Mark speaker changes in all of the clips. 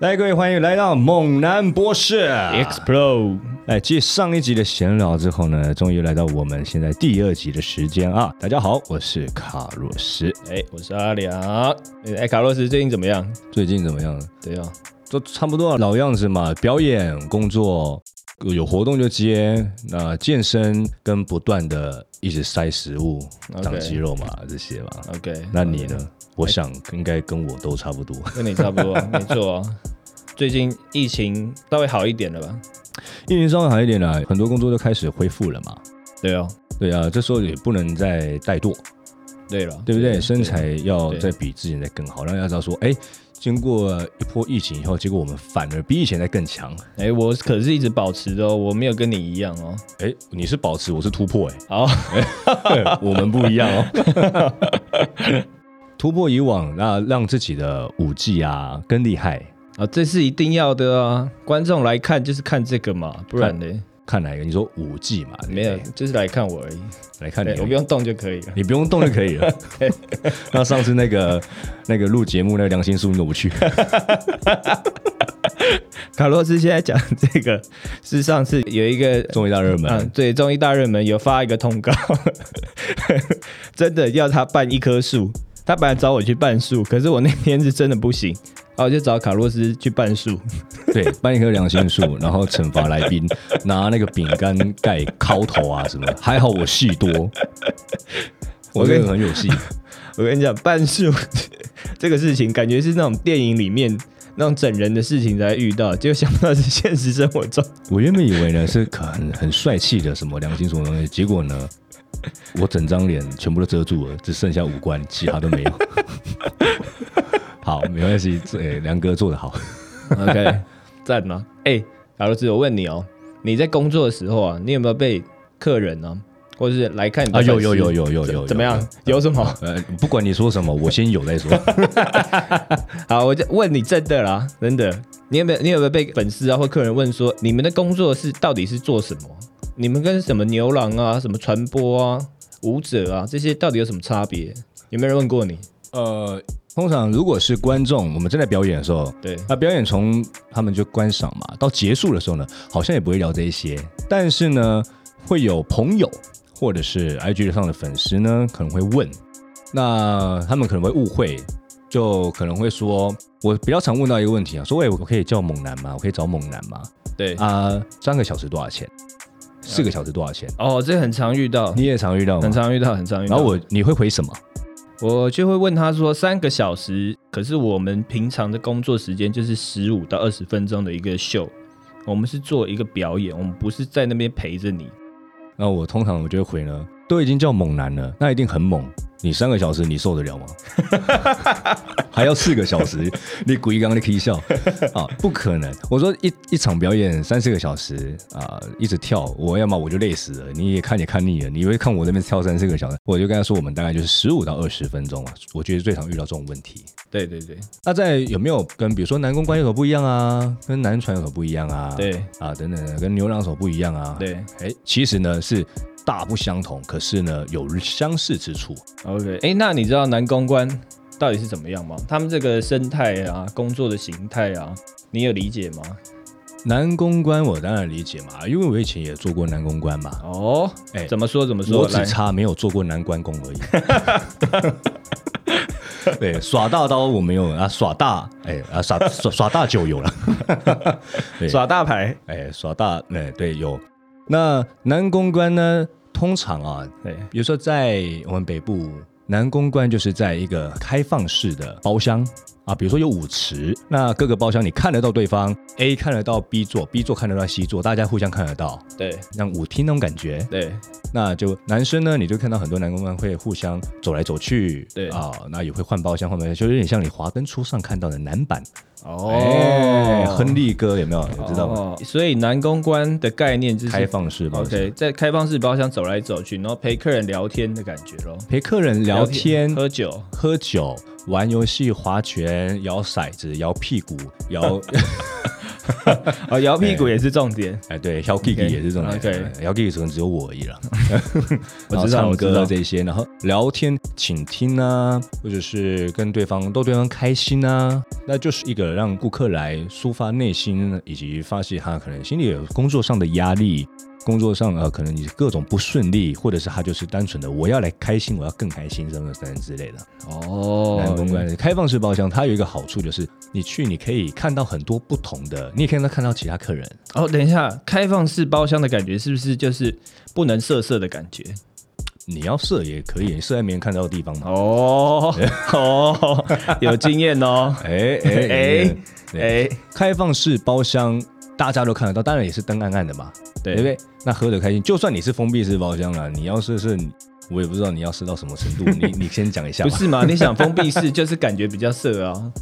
Speaker 1: 来，各位，欢迎来到猛男博士。
Speaker 2: 啊 Explode，
Speaker 1: 哎，继上一集的闲聊之后呢，终于来到我们现在第二集的时间啊！大家好，我是卡洛斯。
Speaker 2: 哎、我是阿良。哎、卡洛斯最近怎么样？
Speaker 1: 最近怎么样？
Speaker 2: 对啊，
Speaker 1: 都差不多老样子嘛，表演、工作，有活动就接，那、健身跟不断的一直塞食物、
Speaker 2: OK
Speaker 1: 长肌肉嘛，这些嘛。
Speaker 2: OK，
Speaker 1: 那你呢？我想应该跟我都差不多。
Speaker 2: 跟你差不 多，没错、啊。最近疫情稍微好一点了吧？
Speaker 1: 疫情稍微好一点啦，很多工作都开始恢复了嘛。
Speaker 2: 对哦，
Speaker 1: 对啊，这时候也不能再怠惰。
Speaker 2: 对了，
Speaker 1: 对不对？身材要
Speaker 2: 对
Speaker 1: 再比之前再更好，让大家知道说，哎，经过一波疫情以后，结果我们反而比以前再更强。
Speaker 2: 哎、我可是一直保持的哦，我没有跟你一样哦。
Speaker 1: 哎，你是保持，我是突破，
Speaker 2: 好，
Speaker 1: 哎，我们不一样哦。 突破以往，那让自己的舞技啊更厉害。
Speaker 2: 啊，这是一定要的啊！观众来看就是看这个嘛，不然呢？
Speaker 1: 看哪一个？你说舞技嘛？对不对
Speaker 2: 没有，就是来看我而已。
Speaker 1: 来看你
Speaker 2: 对，我不用动就可以了。
Speaker 1: 你不用动就可以 了。 那上次那个那个录节目那个良心树你都不 去，
Speaker 2: 卡洛斯现在讲这个是上次有一个
Speaker 1: 综艺大热门。
Speaker 2: 嗯，对，综艺大热门有发一个通告， 真的要他办一棵树。他本来找我去办树，可是我那天是真的不行，然后我就找卡洛斯去办树。
Speaker 1: 对，搬一棵良心树，然后惩罚来宾，拿那个饼干盖敲头啊什么。还好我戏 多，我这个很有戏。
Speaker 2: 我跟你讲，办树 这个事情，感觉是那种电影里面那种整人的事情才会遇到，结果想不到是现实生活中。
Speaker 1: 我原本以为呢是可很很帅气的什么良心树的东西，结果呢，我整张脸全部都遮住了，只剩下五官，其他都没 有。好，没关系，这、诶梁哥做的 好。
Speaker 2: OK，赞 吗？哎、卡洛斯，我问你哦，你在工作的时候啊，你有没有被客人呢、啊，或者是来看你的
Speaker 1: 啊有
Speaker 2: 粉丝
Speaker 1: 有有有有有有
Speaker 2: 怎么样？有什么？
Speaker 1: 呃，不管你说什么，我先有再 说。
Speaker 2: 好，我就问你真的啦，真的，你有没有你有没有被粉丝啊或客人问说，你们的工作是到底是做什么？你们跟什么牛郎啊、什么传播啊、舞者啊这些到底有什么差别？有没有人问过你？
Speaker 1: 呃，通常如果是观众，我们正在表演的时候，
Speaker 2: 对
Speaker 1: 那表演从他们就观赏嘛，到结束的时候呢，好像也不会聊这一些，但是呢，会有朋友或者是 IG 上的粉丝呢，可能会问，那他们可能会误会，就可能会说，我比较常问到一个问题啊，说，喂，我可以叫猛男吗？我可以找猛男吗？
Speaker 2: 对，
Speaker 1: 啊、三个小时多少钱？四个小时多少钱？
Speaker 2: 哦，这很常遇到，
Speaker 1: 你也常遇到吗
Speaker 2: 很？常遇到，很常遇到。
Speaker 1: 然后我你会回什么？
Speaker 2: 我就会问他说，三个小时，可是我们平常的工作时间就是十五到二十分钟的一个秀，我们是做一个表演，我们不是在那边陪着你。
Speaker 1: 那我通常我就会回呢，都已经叫猛男了，那一定很猛。你三个小时你受得了吗？ 还要四个小时，你故意刚刚你可以笑啊？不可能！我说一一场表演三四个小时啊、一直跳，我要么我就累死了，你也看也看腻了，你会看我这边跳三四个小时，我就跟他说我们大概就是十五到二十分钟啊，我觉得最常遇到这种问题。
Speaker 2: 对对对
Speaker 1: 那在有没有跟比如说男公关有什么不一样啊？跟男传有什么不一样啊？
Speaker 2: 对
Speaker 1: 啊，等等的，跟牛郎手不一样啊？
Speaker 2: 对
Speaker 1: 哎，其实呢是大不相同，可是呢有相似之处。
Speaker 2: ，OK，哎、诶那你知道男公关到底是怎么样吗？他们这个生态啊，工作的形态啊，你有理解吗？
Speaker 1: 男公关我当然理解嘛，啊因为我以前也做过男公关嘛，
Speaker 2: 哦，
Speaker 1: 诶
Speaker 2: 怎么说怎么说？
Speaker 1: 我只
Speaker 2: 来，
Speaker 1: 差没有做过男关公而已。 对，耍大刀我没有啊，耍大哎啊耍耍耍大酒有了， 对
Speaker 2: 耍大牌，
Speaker 1: 哎耍大哎对有。那男公关呢，通常啊
Speaker 2: 对
Speaker 1: 比如说在我们北部南公关，就是在一个开放式的包厢啊，比如说有舞池，那各个包厢你看得到对方，A 看得到 B 座，B 座看得到 C 座，大家互相看得到，
Speaker 2: 对
Speaker 1: 像舞厅那种感觉。
Speaker 2: 对
Speaker 1: 那就男生呢，你就看到很多男公关会互相走来走去，
Speaker 2: 对
Speaker 1: 啊，那也会换包厢换包厢，就有点像你华灯初上看到的男版
Speaker 2: 哦
Speaker 1: 哎亨利哥有没有？你知道吗？
Speaker 2: 哦所以男公关的概念就是
Speaker 1: 开放式包厢
Speaker 2: 哦 OK，在开放式包厢走来走去，然后陪客人聊天的感觉咯，
Speaker 1: 陪客人聊天，
Speaker 2: 喝酒，
Speaker 1: 喝 酒、玩游戏、划拳、摇骰子、摇屁股、摇
Speaker 2: 哦，摇屁股也是重点。
Speaker 1: 哎，对，小 Gigi 也是这种哎人
Speaker 2: OK
Speaker 1: 小 Gigi 可能只有我而已了。
Speaker 2: 我
Speaker 1: 然后
Speaker 2: 知道
Speaker 1: 唱
Speaker 2: 我知
Speaker 1: 歌
Speaker 2: 道
Speaker 1: 这些，然后聊天、倾听啊，或者是跟对方逗对方开心啊，那就是一个让顾客来抒发内心，以及发泄他可能心里有工作上的压力。工作上呃，可能你各种不顺利，或者是他就是单纯的我要来开心，我要更开心，什么什么之类的。南公
Speaker 2: 哦，
Speaker 1: 关开放式包厢，它有一个好处就是，你去你可以看到很多不同的，你也可以看到其他客人。
Speaker 2: 哦，等一下，开放式包厢的感觉是不是就是不能色色的感觉？
Speaker 1: 你要射也可以，你射在没人看到的地方嘛。
Speaker 2: 哦哦， 有经验哦。
Speaker 1: 哎 哎
Speaker 2: 哎
Speaker 1: 哎哎，
Speaker 2: 哎，
Speaker 1: 开放式包厢大家都看得到，当然也是灯暗暗的嘛，对不
Speaker 2: 对，
Speaker 1: 对？那喝的开心，就算你是封闭式包厢啊，你要是是，我也不知道你要射到什么 程度，你你先讲一下
Speaker 2: 不
Speaker 1: 吧。
Speaker 2: 是嘛？你想封闭式就是感觉比较色 啊。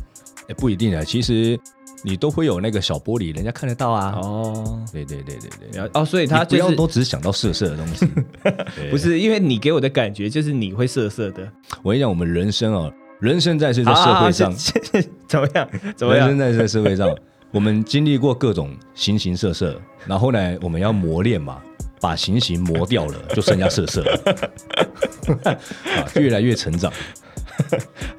Speaker 1: 哎不一定啊，其实你都会有那个小玻璃，人家看得到啊。
Speaker 2: 哦，
Speaker 1: 对对对对对，
Speaker 2: 了哦，所以他
Speaker 1: 你不
Speaker 2: 就
Speaker 1: 要
Speaker 2: 是
Speaker 1: 都只想到色色的东 西，对
Speaker 2: 不是因为你给我的感觉就是你会色色的，
Speaker 1: 我跟你讲，我们人生哦，人生在世在社会上，
Speaker 2: 啊啊啊 是是是怎么样？怎么
Speaker 1: 人
Speaker 2: 样
Speaker 1: 生？在世在社会 上，我们经历过各种形形色色，然后呢，我们要磨练嘛，把形形磨掉了， 就剩下色色了，啊，越来越成长。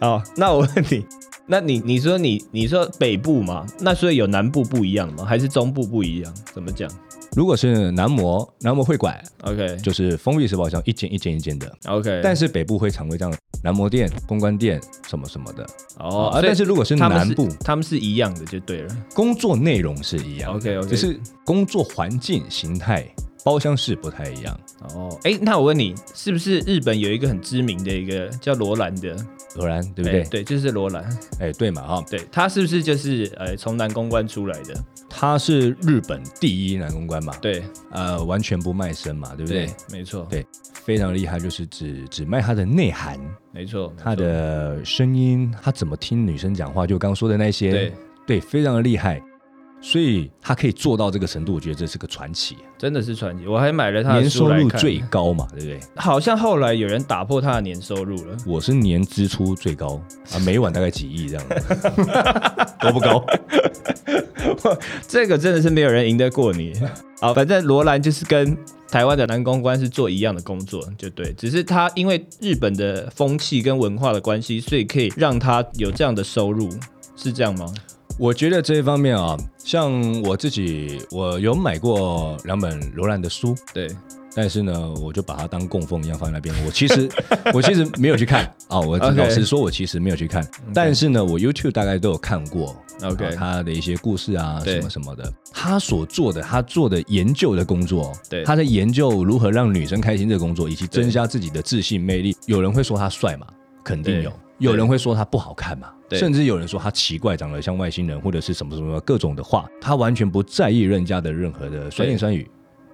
Speaker 2: 哦，那我问你，那你你说你你说北部嘛，那所以有南部不一样吗？还是中部不一样？怎么讲
Speaker 1: 如果是男模，男模会馆
Speaker 2: ？OK
Speaker 1: 就是封闭式包厢，一间一间一间的。
Speaker 2: OK，
Speaker 1: 但是北部会常规这样，男模店、公关店什么什么的
Speaker 2: 哦，
Speaker 1: 啊
Speaker 2: 所以
Speaker 1: 但是如果是
Speaker 2: 他们
Speaker 1: 南部，
Speaker 2: 他们是一样的就对了。
Speaker 1: 工作内容是一样的
Speaker 2: OK，OK
Speaker 1: 只是工作环境形态、包厢是不太一样。
Speaker 2: 哦，哎，那我问你，是不是日本有一个很知名的一个叫罗兰的，
Speaker 1: 荷兰对
Speaker 2: 对
Speaker 1: 不对？
Speaker 2: 对，就是罗兰，
Speaker 1: 哎、对嘛哈，
Speaker 2: 对他是不是就是呃从南公关出来的？
Speaker 1: 他是日本第一男公关嘛，
Speaker 2: 对
Speaker 1: 呃，完全不卖身嘛，对不对？，
Speaker 2: 没错，
Speaker 1: 对非常厉害，就是只只卖他的内涵，
Speaker 2: 没错，
Speaker 1: 他
Speaker 2: 没错
Speaker 1: 的声音，他怎么听女生讲话，就我刚刚说的那些，
Speaker 2: 对，
Speaker 1: 非常的厉害。所以他可以做到这个程度，我觉得这是个传奇，
Speaker 2: 真的是传奇，我还买了他的
Speaker 1: 年
Speaker 2: 书
Speaker 1: 收
Speaker 2: 来
Speaker 1: 入
Speaker 2: 看
Speaker 1: 最高嘛，对不对？
Speaker 2: 好像后来有人打破他的年收入了。
Speaker 1: 我是年支出最高啊，每晚大概几 亿这样子，高不高？
Speaker 2: 这个真的是没有人赢得过你。好，反正罗兰就是跟台湾的男公关是做一样的工作，就对。只是他因为日本的风气跟文化的关系，所以可以让他有这样的收入，是这样吗？
Speaker 1: 我觉得这一方面啊，像我自己，我有买过两本罗兰的书，
Speaker 2: 对，
Speaker 1: 但是呢，我就把它当供奉一样放在那边。我其实我其实没有去看啊、我
Speaker 2: OK
Speaker 1: 老实说，我其实没有去看。但是呢，我 YouTube 大概都有看过
Speaker 2: OK
Speaker 1: 啊他的一些故事啊，
Speaker 2: 对
Speaker 1: 什么什么的。他所做的，他做的研究的工作，
Speaker 2: 对
Speaker 1: 他在研究如何让女生开心这个工作，以及增加自己的自信魅力。有人会说他帅嘛，肯定
Speaker 2: 对
Speaker 1: 有；
Speaker 2: 对
Speaker 1: 有人会说他不好看嘛，
Speaker 2: 对
Speaker 1: 甚至有人说他奇怪，长得像外星人或者是什么什么各种的话，他完全不在意人家的任何的酸言酸语。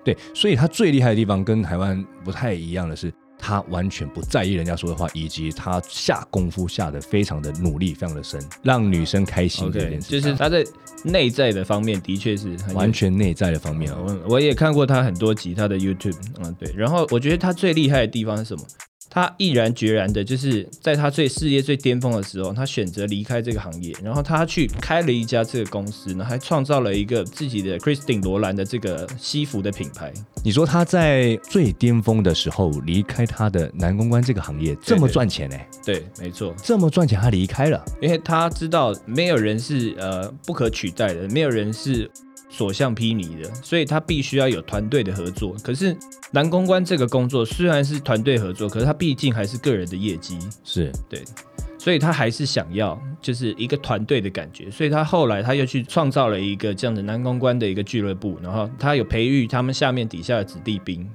Speaker 1: 对，所以他最厉害的地方跟台湾不太一样的是，他完全不在意人家说的话，以及他下功夫下的非常的努力，非常的深，让女生开心这
Speaker 2: ，OK，
Speaker 1: 件事
Speaker 2: 就
Speaker 1: 情，
Speaker 2: 是他在内在的方面的确是很有
Speaker 1: 完全内在的方面哦。
Speaker 2: 我我也看过他很多集他的 YouTube，嗯，对。然后我觉得他最厉害的地方是什么？他毅然决然的，就是在他最事业最巅峰的时候，他选择离开这个行业，然后他去开了一家这个公司，然后还创造了一个自己的 Christine 罗兰的这个西服的品牌。
Speaker 1: 你说他在最巅峰的时候离开他的男公关这个行业，这么
Speaker 2: 对
Speaker 1: 赚钱呢、欸
Speaker 2: 对，没错，
Speaker 1: 这么赚钱，他离开了。
Speaker 2: 因为他知道没有人是呃不可取代的，没有人是所向披靡的，所以他必须要有团队的合作。可是男公关这个工作虽然是团队合作，可是他毕竟还是个人的业绩，
Speaker 1: 是，
Speaker 2: 所以他还是想要就是一个团队的感觉，所以他后来他又去创造了一个这样的男公关的一个俱乐部，然后他有培育他们下面底下的子弟兵。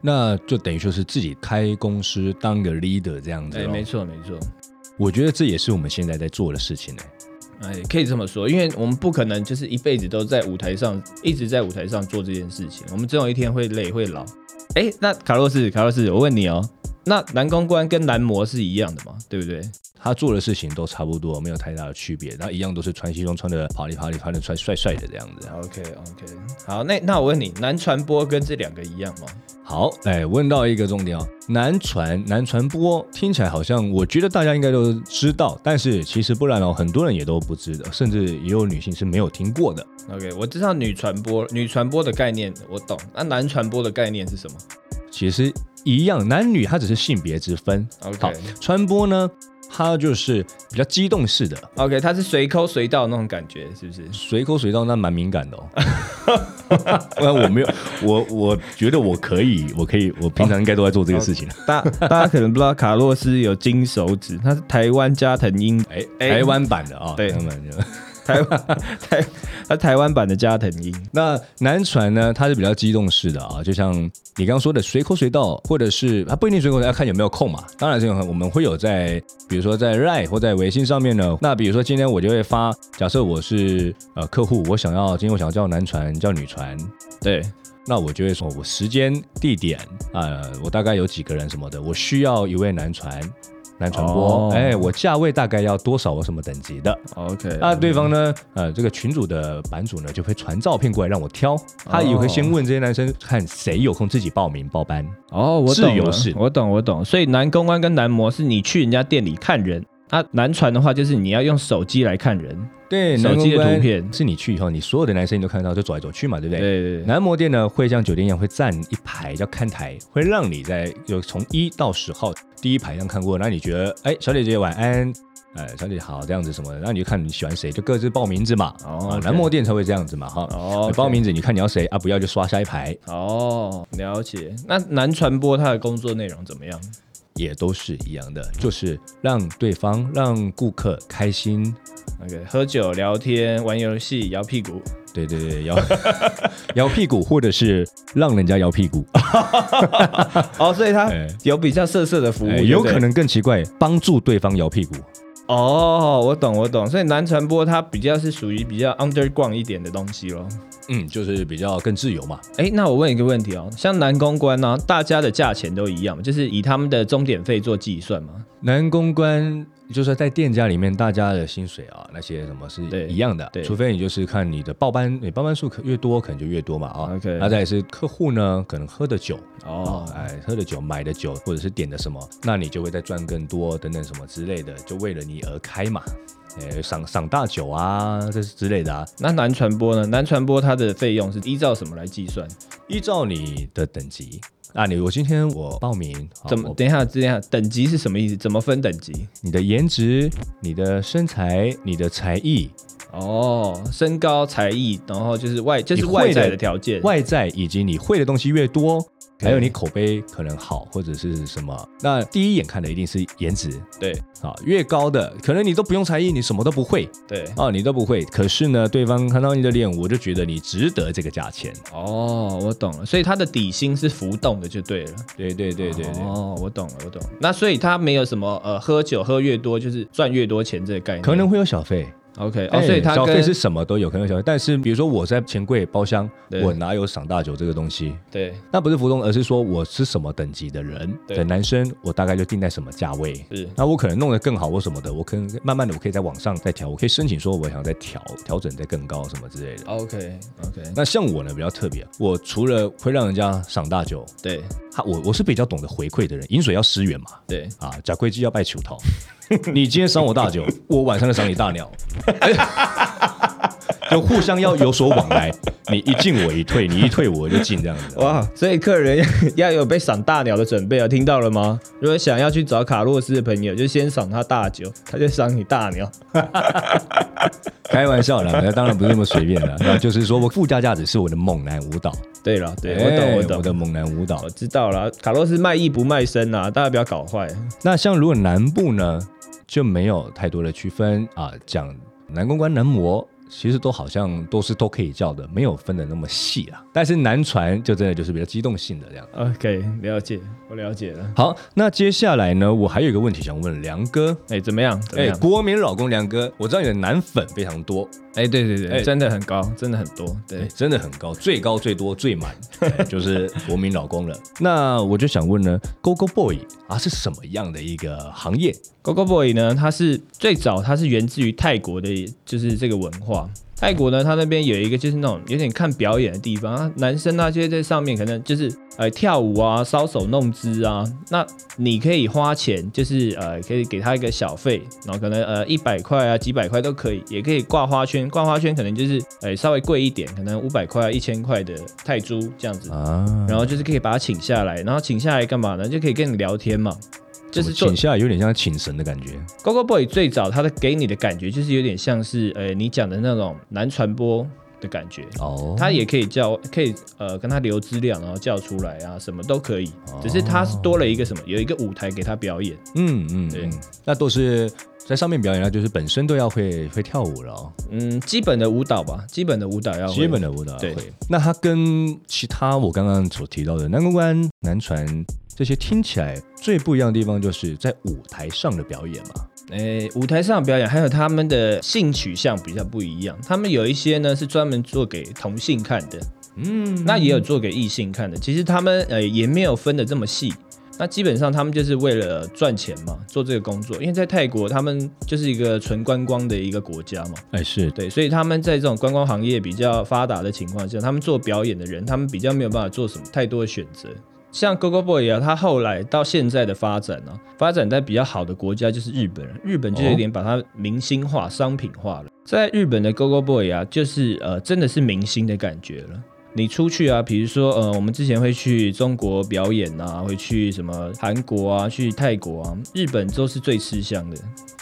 Speaker 1: 那就等于说是自己开公司当个 leader 这样子、
Speaker 2: 哎、
Speaker 1: 哦。
Speaker 2: 没错没错，
Speaker 1: 我觉得这也是我们现在在做的事情欸呢、
Speaker 2: 哎、可以这么说，因为我们不可能就是一辈子都在舞台上，一直在舞台上做这件事情，我们总有一天会累会老。哎、那卡洛斯卡洛斯，我问你哦，那男公关跟男模是一样的吗？对不对？
Speaker 1: 他做的事情都差不多，没有太大的区别，然后一样都是穿西装，穿的啪里啪里，穿的帅帅帅的这样子。啊
Speaker 2: OK OK，好，那那我问你，男传播跟这两个一样吗？
Speaker 1: 好，哎，问到一个重点哦，南传南传播听起来好像，我觉得大家应该都知道，但是其实不然哦，很多人也都不知道，甚至也有女性是没有听过的。
Speaker 2: OK，我知道女传播，女传播的概念我懂，那男传播的概念是什么
Speaker 1: 其实一样，男女它只是性别之分。好
Speaker 2: ？OK
Speaker 1: 传播呢，它就是比较激动式的，
Speaker 2: OK，它是随抠随到那种感觉，是不是？
Speaker 1: 随口随到，那蛮敏感的哦。那我没有，我我觉得我可以，我可以，我平常应该都在做这个事情。
Speaker 2: 大大家可能不知道，卡洛斯有金手指，他是台湾加藤鹰，
Speaker 1: 哎、
Speaker 2: 哎
Speaker 1: 台湾版的啊、
Speaker 2: 对
Speaker 1: 台湾版的。
Speaker 2: 台湾台他台湾版的加藤鹰。
Speaker 1: 那南传呢，它是比较机动式的啊，就像你刚刚说的，随口随到，或者是它不一定随口，要看有没有空嘛。当然是有我们会有在，比如说在 Line 或在呃微信上面呢。那比如说今天我就会发，假设我是呃客户，我想要今天我想要叫男传叫女传，
Speaker 2: 对，
Speaker 1: 那我就会说我时间地点呃，我大概有几个人什么的，我需要一位男传。男传播
Speaker 2: 哦，
Speaker 1: 哎、我价位大概要多少？我什么等级的？
Speaker 2: OK，
Speaker 1: 那对方呢？呃，这个群主的版主呢，就会传照片过来让我挑。他也会先问这些男生，看谁有空自己报名报班。
Speaker 2: 哦，我
Speaker 1: 自
Speaker 2: 懂
Speaker 1: 由
Speaker 2: 了
Speaker 1: 式
Speaker 2: 我懂，我懂。所以男公关跟男模是你去人家店里看人，啊，男传的话就是你要用手机来看人，
Speaker 1: 对，
Speaker 2: 手机
Speaker 1: 男公
Speaker 2: 的
Speaker 1: 关
Speaker 2: 图片
Speaker 1: 是你去以后，你所有的男生你都看得到，就走来走去嘛，对不对？
Speaker 2: 对对对，
Speaker 1: 男模店呢，会像酒店一样，会站一排叫看台，会让你在就从一到十号第一排这样看过，那你觉得，哎，小姐姐晚安，呃，小姐姐好，这样子什么的，那你就看你喜欢谁，就各自报名字嘛。
Speaker 2: 哦
Speaker 1: 啊
Speaker 2: OK
Speaker 1: 男模店才会这样子嘛，哈。
Speaker 2: 哦
Speaker 1: 你报
Speaker 2: 报名
Speaker 1: 名字，你看你要谁啊？不要就刷下一排。
Speaker 2: 哦，了解。那男传播他的工作内容怎么样？
Speaker 1: 也都是一样的，就是让对方、让顾客开心。
Speaker 2: OK，喝酒、聊天、玩游戏、摇屁股。
Speaker 1: 对对对， 摇摇屁股，或者是让人家摇屁股，
Speaker 2: 哦，所以他
Speaker 1: 哎
Speaker 2: 有比较色色的服务，
Speaker 1: 哎
Speaker 2: 对不
Speaker 1: 有
Speaker 2: 对
Speaker 1: 可。能更奇怪，帮助对方摇屁股。
Speaker 2: 哦，我懂，我懂。所以男传播它比较是属于比较 underground 一点的东西咯。
Speaker 1: 嗯，就是比较更自由嘛。
Speaker 2: 哎，那我问一个问题哦，像男公关呢、大家的价钱都一样吗，就是以他们的钟点费做计算嘛？
Speaker 1: 男公关就是在店家里面，大家的薪水啊，那些什么是
Speaker 2: 对
Speaker 1: 一样的
Speaker 2: 对，
Speaker 1: 除非你就是看你的报班，你报班数可越多，可能就越多嘛啊。
Speaker 2: OK
Speaker 1: 那再来是客户呢，可能喝的酒
Speaker 2: 哦
Speaker 1: 哦，哎，喝的酒、买的酒，或者是点的什么，那你就会再赚更多等等什么之类的，就为了你而开嘛。哎，赏赏大酒啊，这是之类的啊，
Speaker 2: 那男传播呢？男传播它的费用是依照什么来计算？
Speaker 1: 依照你的等级啊，你我今天我报名，好
Speaker 2: 怎么？
Speaker 1: 我
Speaker 2: 等一下，等一下，等级是什么意思？怎么分等级？
Speaker 1: 你的颜值、你的身材、你的才艺、
Speaker 2: 哦，身高、才艺，然后就是外，就是
Speaker 1: 你会
Speaker 2: 外在
Speaker 1: 的
Speaker 2: 的条件。
Speaker 1: 外在以及你会的东西越多，还有你口碑可能好或者是什么，那第一眼看的一定是颜值
Speaker 2: 对
Speaker 1: 啊，越高的可能你都不用才艺，你什么都不会
Speaker 2: 对。
Speaker 1: 啊，你都不会。可是呢，对方看到你的脸，我就觉得你值得这个价钱。
Speaker 2: 哦，我懂了，所以它的底薪是浮动的，就对了。
Speaker 1: 对对对对对。
Speaker 2: 哦，我懂了，我懂了。那所以它没有什么呃，喝酒喝越多就是赚越多钱这个概念。
Speaker 1: 可能会有小费
Speaker 2: OK 哦，
Speaker 1: 哎
Speaker 2: 所以它
Speaker 1: 小费
Speaker 2: 跟
Speaker 1: 是什么都有，可能有小费。但是比如说我在钱柜包厢，
Speaker 2: 对
Speaker 1: 我哪有赏大酒这个东西？
Speaker 2: 对
Speaker 1: 那不是浮动，而是说我是什么等级的人
Speaker 2: 对
Speaker 1: 的男生，我大概就定在什么价位。
Speaker 2: 是
Speaker 1: 那我可能弄得更好或什么的，我可能慢慢的我可以在网上再调，我可以申请说我想再调调整再更高什么之类的。
Speaker 2: OK OK
Speaker 1: 那像我呢比较特别，我除了会让人家赏大酒，
Speaker 2: 对
Speaker 1: 他我我是比较懂得回馈的人，饮水要思源嘛，
Speaker 2: 对
Speaker 1: 啊，假规矩要拜求桃。 你今天赏我大酒，我晚上就赏你大鸟， 就互相要有所往来，你一进我一退，你一退我就进这样子。
Speaker 2: 哇，所以客人要有被赏大鸟的准备啊，听到了吗？如果想要去找卡洛斯的朋友，就先赏他大酒，他就赏你大鸟。
Speaker 1: 开玩笑啦，当然不是那么随便的。那就是说我附加价值是我的猛男舞蹈，
Speaker 2: 对了，对
Speaker 1: 哎
Speaker 2: 我懂
Speaker 1: 我
Speaker 2: 我
Speaker 1: 的
Speaker 2: 懂，
Speaker 1: 猛男舞蹈
Speaker 2: 我。知道了。卡洛斯卖艺不卖身啊，大家不要搞坏。
Speaker 1: 那像如果南部呢，就没有太多的区分啊，讲男公关、男模。其实都好像都是都可以叫的，没有分的那么细啦。但是南传就真的就是比较机动性的这样。
Speaker 2: OK，了解，我了解了。
Speaker 1: 好，那接下来呢，我还有一个问题想问梁哥。
Speaker 2: 哎、怎么样？怎么
Speaker 1: 哎、
Speaker 2: 样？
Speaker 1: 国民老公梁哥，我知道你的男粉非常多，
Speaker 2: 哎，对对
Speaker 1: 哎
Speaker 2: 对，真的很高，真的很多，
Speaker 1: 对
Speaker 2: 对，
Speaker 1: 真的很高，最高最多最满、哎就是国民老公了。那我就想问呢，Go Go Boy 啊是什么样的一个行业？
Speaker 2: Gogo Boy 呢，它是最早它是源自于泰国的，就是这个文化。泰国呢，它那边有一个就是那种有点看表演的地方，啊男生啊就会在上面可能就是呃跳舞啊、搔首弄姿啊。那你可以花钱，就是呃可以给他一个小费，然后可能呃一百块啊、几百块都可以，也可以挂花圈。挂花圈可能就是呃稍微贵一点，可能五百块、啊一千块的泰铢这样子。
Speaker 1: 啊，
Speaker 2: 然后就是可以把他请下来，然后请下来干嘛呢？就可以跟你聊天嘛，就
Speaker 1: 就是是
Speaker 2: 做
Speaker 1: 请下来有点像请神的感觉
Speaker 2: g o g o Boy 最早他的给你的感觉就是有点像是呃你讲的那种男传播的感觉，
Speaker 1: 哦。
Speaker 2: 他也可以叫可以呃跟他留资料，然后叫出来啊，什么都可以
Speaker 1: 哦，
Speaker 2: 只是他是多了一个什么，有一个舞台给他表演。
Speaker 1: 嗯嗯，
Speaker 2: 对
Speaker 1: 嗯，那都是在上面表演，那啊就是本身都要会会跳舞了哦，
Speaker 2: 嗯，基本的舞蹈吧，基本的舞蹈要会
Speaker 1: 基本的舞蹈
Speaker 2: 对
Speaker 1: 会。那它跟其他我刚刚所提到的南公关、南传这些听起来最不一样的地方，就是在舞台上的表演嘛。
Speaker 2: 诶，舞台上表演，还有他们的性取向比较不一样。他们有一些呢是专门做给同性看的，
Speaker 1: 嗯，
Speaker 2: 那也有做给异性看的。其实他们呃也没有分的这么细。那基本上他们就是为了赚钱嘛，做这个工作。因为在泰国，他们就是一个纯观光的一个国家嘛，
Speaker 1: 哎是
Speaker 2: 对，所以他们在这种观光行业比较发达的情况下，他们做表演的人，他们比较没有办法做什么太多的选择。像 Gogo Boy 啊，他后来到现在的发展呢、发展在比较好的国家就是日本，日本就有点把它明星化、商品化了。在日本的 Gogo Boy 啊，就是呃，真的是明星的感觉了。你出去啊，比如说呃，我们之前会去中国表演啊，会去什么韩国啊，去泰国啊，日本都是最吃香的。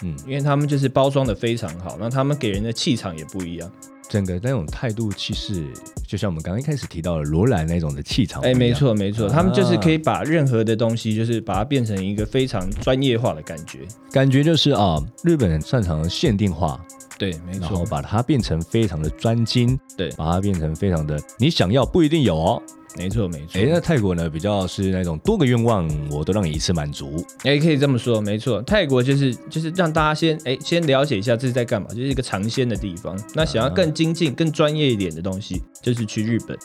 Speaker 1: 嗯，
Speaker 2: 因为他们就是包装的非常好，那他们给人的气场也不一样。
Speaker 1: 整个那种态度气势，就像我们刚刚一开始提到的罗兰那种的气场。
Speaker 2: 哎、没，错没错，
Speaker 1: 啊
Speaker 2: 他们就是可以把任何的东西，就是把它变成一个非常专业化的感觉。
Speaker 1: 感觉就是啊，日本人擅长限定化，
Speaker 2: 对，没
Speaker 1: 然后，把它变成非常的专精，
Speaker 2: 对
Speaker 1: 把它变成非常的你想要不一定有哦。
Speaker 2: 没错没错。
Speaker 1: 哎，那泰国呢，比较是那种多个愿望我都让你一次满足。
Speaker 2: 哎、可以这么说，没错。泰国就是就是让大家先哎、先了解一下这是在干嘛，就是一个尝鲜的地方。那
Speaker 1: 啊
Speaker 2: 想要更精进、更专业一点的东西，就是去日本。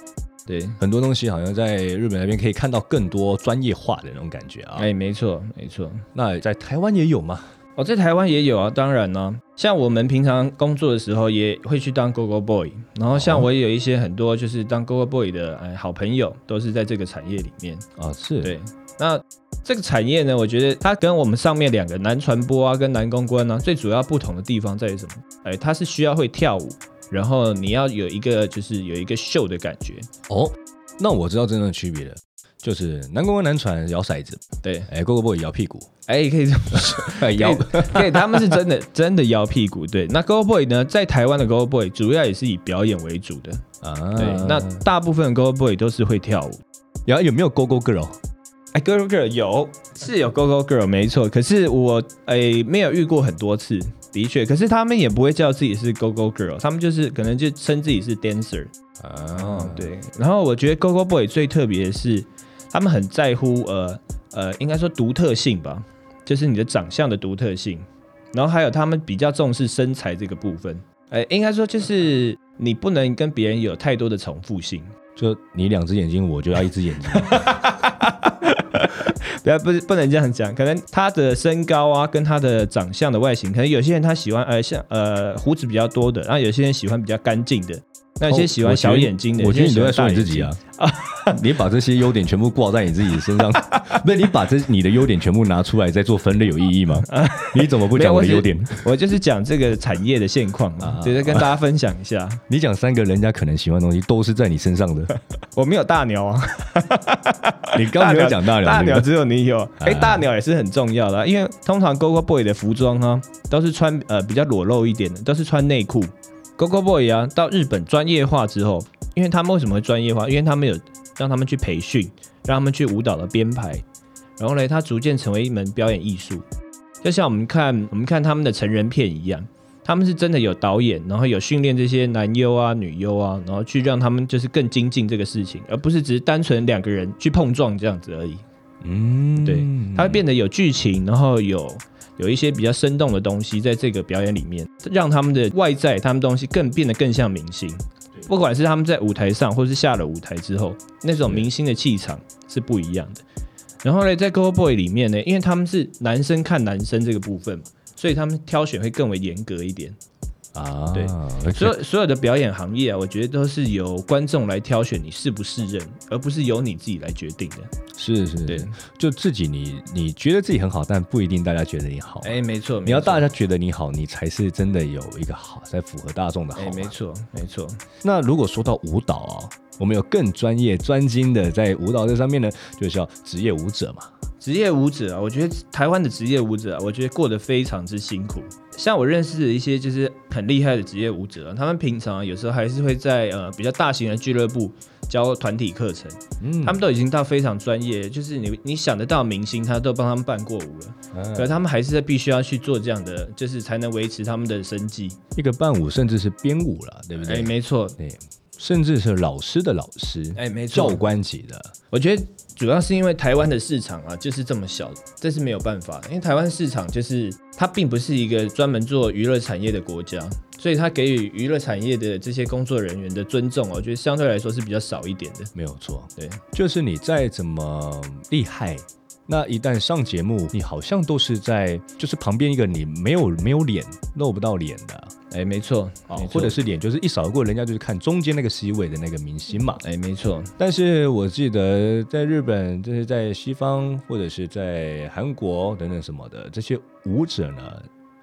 Speaker 2: 对，
Speaker 1: 很多东西好像在日本那边可以看到更多专业化的那种感觉啊。
Speaker 2: 哎、没错没错。
Speaker 1: 那在台湾也有吗？
Speaker 2: 哦，在台湾也有啊，当然呢、像我们平常工作的时候，也会去当 GoGo Boy，然后像我也有一些很多就是当 GoGo Boy 的哎好朋友，都是在这个产业里面。
Speaker 1: 啊，是，
Speaker 2: 对，那这个产业呢，我觉得它跟我们上面两个男传播啊跟男公关啊最主要不同的地方在于什么？哎，它是需要会跳舞，然后你要有一个就是有一个秀的感觉。
Speaker 1: 哦，那我知道真正的区别了，就是南公关南船摇骰子，
Speaker 2: 对，
Speaker 1: 哎，Go Go Boy 摇屁 股，
Speaker 2: 哎，可以这么说。
Speaker 1: 哎 摇
Speaker 2: 对对，他们是真的真的摇屁股。对，那 Go Boy 呢，在台湾的 Go Boy 主要也是以表演为主的。
Speaker 1: 啊，
Speaker 2: 对，那大部分的 Go Boy 都是会跳舞。
Speaker 1: 然后有没有 Go Go Girl？
Speaker 2: 哎，Go Go Girl 有是有 Go Go Girl 没错，可是我哎没有遇过很多次，的确，可是他们也不会叫自己是 Go Go Girl，他们就是可能就称自己是 dancer。嗯
Speaker 1: 啊，
Speaker 2: 哦对，然后我觉得 Go Go Boy 最特别的是，他们很在乎呃呃，应该说独特性吧，就是你的长相的独特性，然后还有他们比较重视身材这个部分。哎，应该说就是你不能跟别人有太多的重复性。
Speaker 1: 就你两只眼睛，我就要一只眼睛。
Speaker 2: 不要不是不能这样讲，可能他的身高啊，跟他的长相的外形，可能有些人他喜欢呃像呃胡子比较多的，然后有些人喜欢比较干净的，那有些喜欢小眼睛的，
Speaker 1: 哦我觉得
Speaker 2: 有
Speaker 1: 你
Speaker 2: 些
Speaker 1: 都在
Speaker 2: 人喜
Speaker 1: 说
Speaker 2: 欢
Speaker 1: 你自己啊！ 你把这些优点全部挂在你自己身 上，不是你把这你的优点全部拿出来再做分类有意义吗？你怎么不讲我的优点？
Speaker 2: 大眼睛，啊我就是讲这个产业的现况嘛，就是跟大家分享一下，
Speaker 1: 你讲三个人家可能喜欢的东西都是在你身上的，
Speaker 2: 我没有大鸟啊，
Speaker 1: 你刚没有讲大鸟
Speaker 2: 大
Speaker 1: 这
Speaker 2: 鸟
Speaker 1: 个，
Speaker 2: 只有 你有，哎，
Speaker 1: 啊
Speaker 2: 大鸟也是很重要的啊，因为通常 GoGo Boy 的服装啊，都是穿呃比较裸露一点的，都是穿内裤。GoGo Boy 啊，到日本专业化之后，因为他们为什么会专业化？因为他们有让他们去培训，让他们去舞蹈的编排，然后呢，它逐渐成为一门表演艺术。就像我们看我们看他们的成人片一样，他们是真的有导演，然后有训练这些男优啊、女优啊，然后去让他们就是更精进这个事情，而不是只是单纯两个人去碰撞这样子而已。
Speaker 1: 嗯
Speaker 2: 对，它会变得有剧情，然后有有一些比较生动的东西在这个表演里面，让他们的外在、他们东西更变得更像明星。不管是他们在舞台上，或是下了舞台之后，那种明星的气场是不一样的。然后呢，在 Go Boy 里面呢，因为他们是男生看男生这个部分嘛，所以他们挑选会更为严格一点。
Speaker 1: 啊，
Speaker 2: 对
Speaker 1: 对
Speaker 2: 所有所有的表演行业啊，我觉得都是由观众来挑选你适不适任，而不是由你自己来决定的。
Speaker 1: 是是，
Speaker 2: 对
Speaker 1: 是，就自己你你觉得自己很好，但不一定大家觉得你好。
Speaker 2: 哎、没错，
Speaker 1: 你要大
Speaker 2: 家，
Speaker 1: 家觉得你好，你才是真的有一个好，才符合大众的好
Speaker 2: 哎、
Speaker 1: 嘛。
Speaker 2: 没错，没错。
Speaker 1: 那如果说到舞蹈啊，我们有更专业、专精的在舞蹈这上面呢，就是要职业舞者嘛。
Speaker 2: 职业舞者啊，我觉得台湾的职业舞者啊，我觉得过得非常之辛苦。像我认识的一些就是很厉害的职业舞者、啊，他们平常啊、有时候还是会在呃比较大型的俱乐部教团体课程，
Speaker 1: 嗯
Speaker 2: 他们都已经到非常专业，就是你你想得到明星，他都帮他们办过舞了，
Speaker 1: 啊
Speaker 2: 可是他们还是必须要去做这样的，就是才能维持他们的生计。
Speaker 1: 一个伴舞甚至是编舞了，对不
Speaker 2: 哎、
Speaker 1: 对？
Speaker 2: 没错，
Speaker 1: 对，甚至是老师的老师，
Speaker 2: 哎、没
Speaker 1: 教
Speaker 2: 错，
Speaker 1: 官级的。
Speaker 2: 我觉得主要是因为台湾的市场啊，就是这么小，这是没有办法的。因为台湾市场就是它并不是一个专门做娱乐产业的国家，所以它给予娱乐产业的这些工作人员的尊重啊，我觉得相对来说是比较少一点的。
Speaker 1: 没有错，
Speaker 2: 对，
Speaker 1: 就是你再怎么厉害，那一旦上节目，你好像都是在就是旁边一个你没有没有脸露不到脸的啊、
Speaker 2: 哎，没错，没错
Speaker 1: 或者是脸就是一扫而过，人家就是看中间那个 C 位的那个明星嘛。
Speaker 2: 哎，没错，
Speaker 1: 但是我记得在日本，就是在西方或者是在韩国等等什么的，这些舞者呢，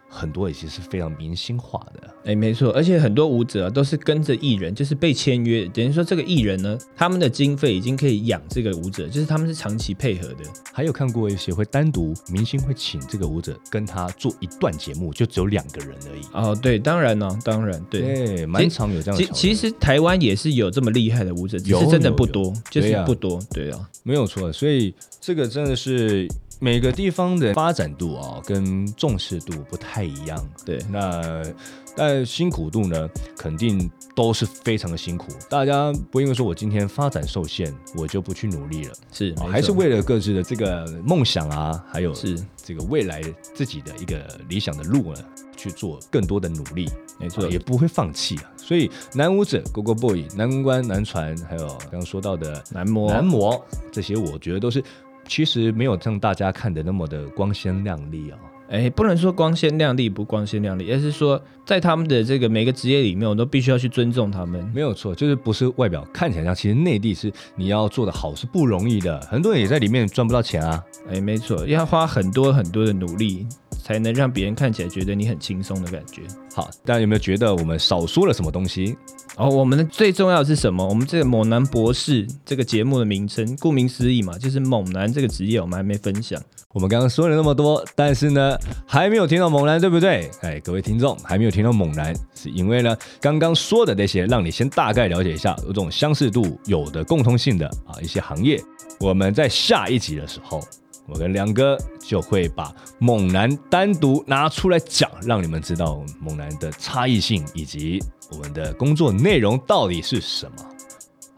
Speaker 1: 很多已经是非常明星化的。
Speaker 2: 哎，没错，而且很多舞者、啊、都是跟着艺人，就是被签约，等于说这个艺人呢，他们的经费已经可以养这个舞者，就是他们是长期配合的。
Speaker 1: 还有看过一些会单独明星会请这个舞者跟他做一段节目，就只有两个人而已。
Speaker 2: 哦，对，当然呢、当然，对。
Speaker 1: 对，蛮常有这样的
Speaker 2: 其
Speaker 1: 桥段。
Speaker 2: 其实台湾也是有这么厉害的舞者，只
Speaker 1: 有
Speaker 2: 是真的
Speaker 1: 有
Speaker 2: 不
Speaker 1: 有
Speaker 2: 多，就是
Speaker 1: 对啊
Speaker 2: 不多，对啊，
Speaker 1: 没有错，所以这个真的是每个地方的发展度啊、跟重视度不太一样。
Speaker 2: 对
Speaker 1: 那但辛苦度呢，肯定都是非常的辛苦。大家不会因为说我今天发展受限，我就不去努力了，
Speaker 2: 是
Speaker 1: 啊
Speaker 2: 没
Speaker 1: 还是
Speaker 2: 错
Speaker 1: 为了各自的这个梦想啊，还有
Speaker 2: 是
Speaker 1: 这个未来自己的一个理想的路呢，去做更多的努力。
Speaker 2: 没错
Speaker 1: 啊也不会放弃啊。所以男舞者、Go Go Boy、男公关、男传，还有刚刚说到的
Speaker 2: 男模
Speaker 1: 男模这些，我觉得都是其实没有像大家看的那么的光鲜亮丽啊、
Speaker 2: 哎，不能说光鲜亮丽不光鲜亮丽，而是说在他们的这个每个职业里面，我都必须要去尊重他们。
Speaker 1: 没有错，就是不是外表看起来像，其实内地是你要做的好是不容易的，很多人也在里面赚不到钱啊。
Speaker 2: 哎，没错，要花很多很多的努力，才能让别人看起来觉得你很轻松的感觉。
Speaker 1: 好，大家有没有觉得我们少说了什么东西？
Speaker 2: 哦，我们的最重要的是什么？我们这个猛男博士这个节目的名称，顾名思义嘛，就是猛男这个职业，我们还没分享。
Speaker 1: 我们刚刚说了那么多，但是呢，还没有听到猛男，对不对？哎，各位听众还没有听到猛男，是因为呢，刚刚说的那些，让你先大概了解一下，有种相似度、有的共通性的啊一些行业，我们在下一集的时候，我跟梁哥就会把猛男单独拿出来讲，让你们知道猛男的差异性以及我们的工作内容到底是什么。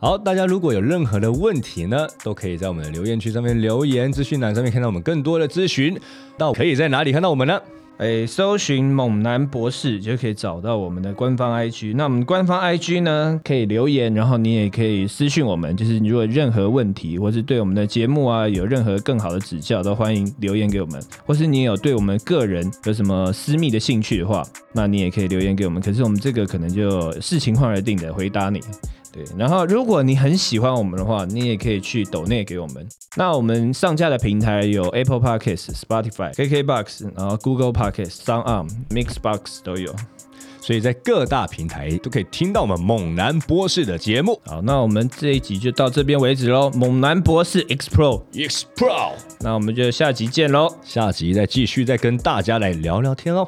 Speaker 1: 好，大家如果有任何的问题呢，都可以在我们的留言区上面留言，资讯栏上面看到我们更多的咨询。那可以在哪里看到我们呢？
Speaker 2: 哎，搜寻“猛男博士”就可以找到我们的官方 IG。那我们官方 IG 呢，可以留言，然后你也可以私讯我们。就是你如果有任何问题，或是对我们的节目啊有任何更好的指教，都欢迎留言给我们。或是你有对我们个人有什么私密的兴趣的话，那你也可以留言给我们。可是我们这个可能就视情况而定的回答你。对，然后如果你很喜欢我们的话，你也可以去抖内给我们。那我们上架的平台有 Apple Podcast、Spotify、KKBox，然后 Google Podcast、Sound、Mixbox 都有。
Speaker 1: 所以在各大平台都可以听到我们猛男博士的节目
Speaker 2: 好，那我们这一集就到这边为止喽。猛男博士 Explore，
Speaker 1: X Pro。
Speaker 2: 那我们就下集见喽。
Speaker 1: 下集再继续再跟大家来聊聊天哦。